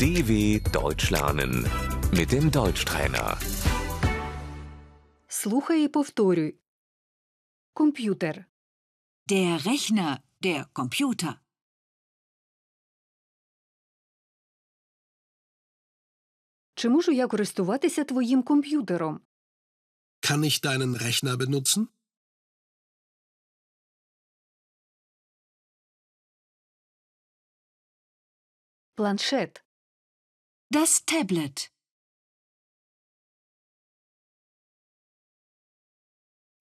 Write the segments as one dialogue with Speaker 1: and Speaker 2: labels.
Speaker 1: DW Deutsch lernen mit dem Deutschtrainer.
Speaker 2: Слухай і повторюй. Комп'ютер.
Speaker 3: Der Rechner, der Computer,
Speaker 2: Чи можу я користуватися твоїм комп'ютером?
Speaker 4: Kann ich deinen Rechner benutzen?
Speaker 2: Планшет.
Speaker 3: das Tablet,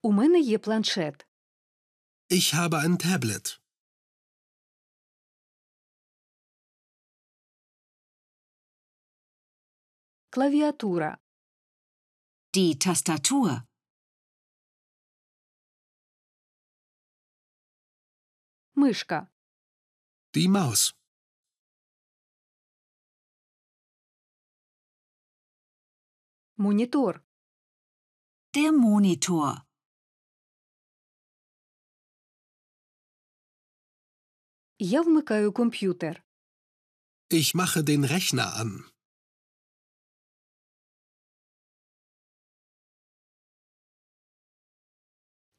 Speaker 2: У мене є планшет.
Speaker 4: Ich habe ein Tablet.
Speaker 2: Клавіатура.
Speaker 3: die Tastatur,
Speaker 2: Мишка.
Speaker 4: Die Maus.
Speaker 2: Монітор.
Speaker 3: der Monitor,
Speaker 2: Я вмикаю комп'ютер.
Speaker 4: Ich mache den Rechner an.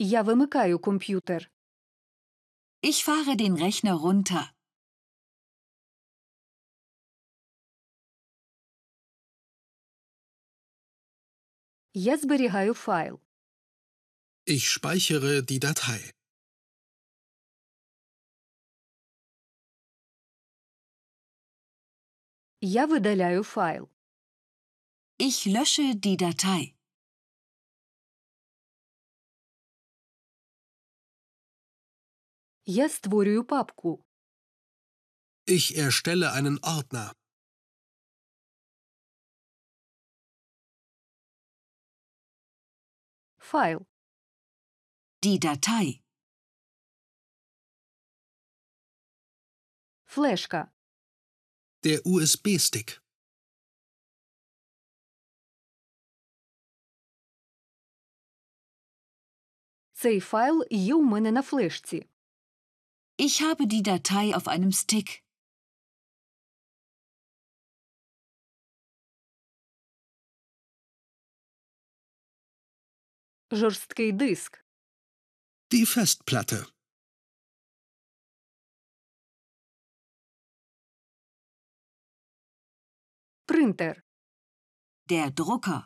Speaker 2: Я вимикаю комп'ютер.
Speaker 3: ich fahre den Rechner runter,
Speaker 2: Я зберігаю файл.
Speaker 4: Ich speichere die Datei.
Speaker 2: Я видаляю файл.
Speaker 3: ich lösche die Datei,
Speaker 2: Я створюю папку.
Speaker 4: Ich erstelle einen Ordner.
Speaker 2: Файл.
Speaker 3: die Datei,
Speaker 2: Флешка.
Speaker 4: Der USB-Stick.
Speaker 2: Цей файл є у мене на флешці.
Speaker 3: ich habe die Datei auf einem Stick,
Speaker 2: Жорсткий диск.
Speaker 4: Die Festplatte.
Speaker 2: Принтер.
Speaker 3: der Drucker,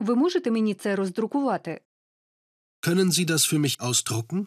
Speaker 2: Ви можете мені це роздрукувати?
Speaker 4: Können Sie das für mich ausdrucken?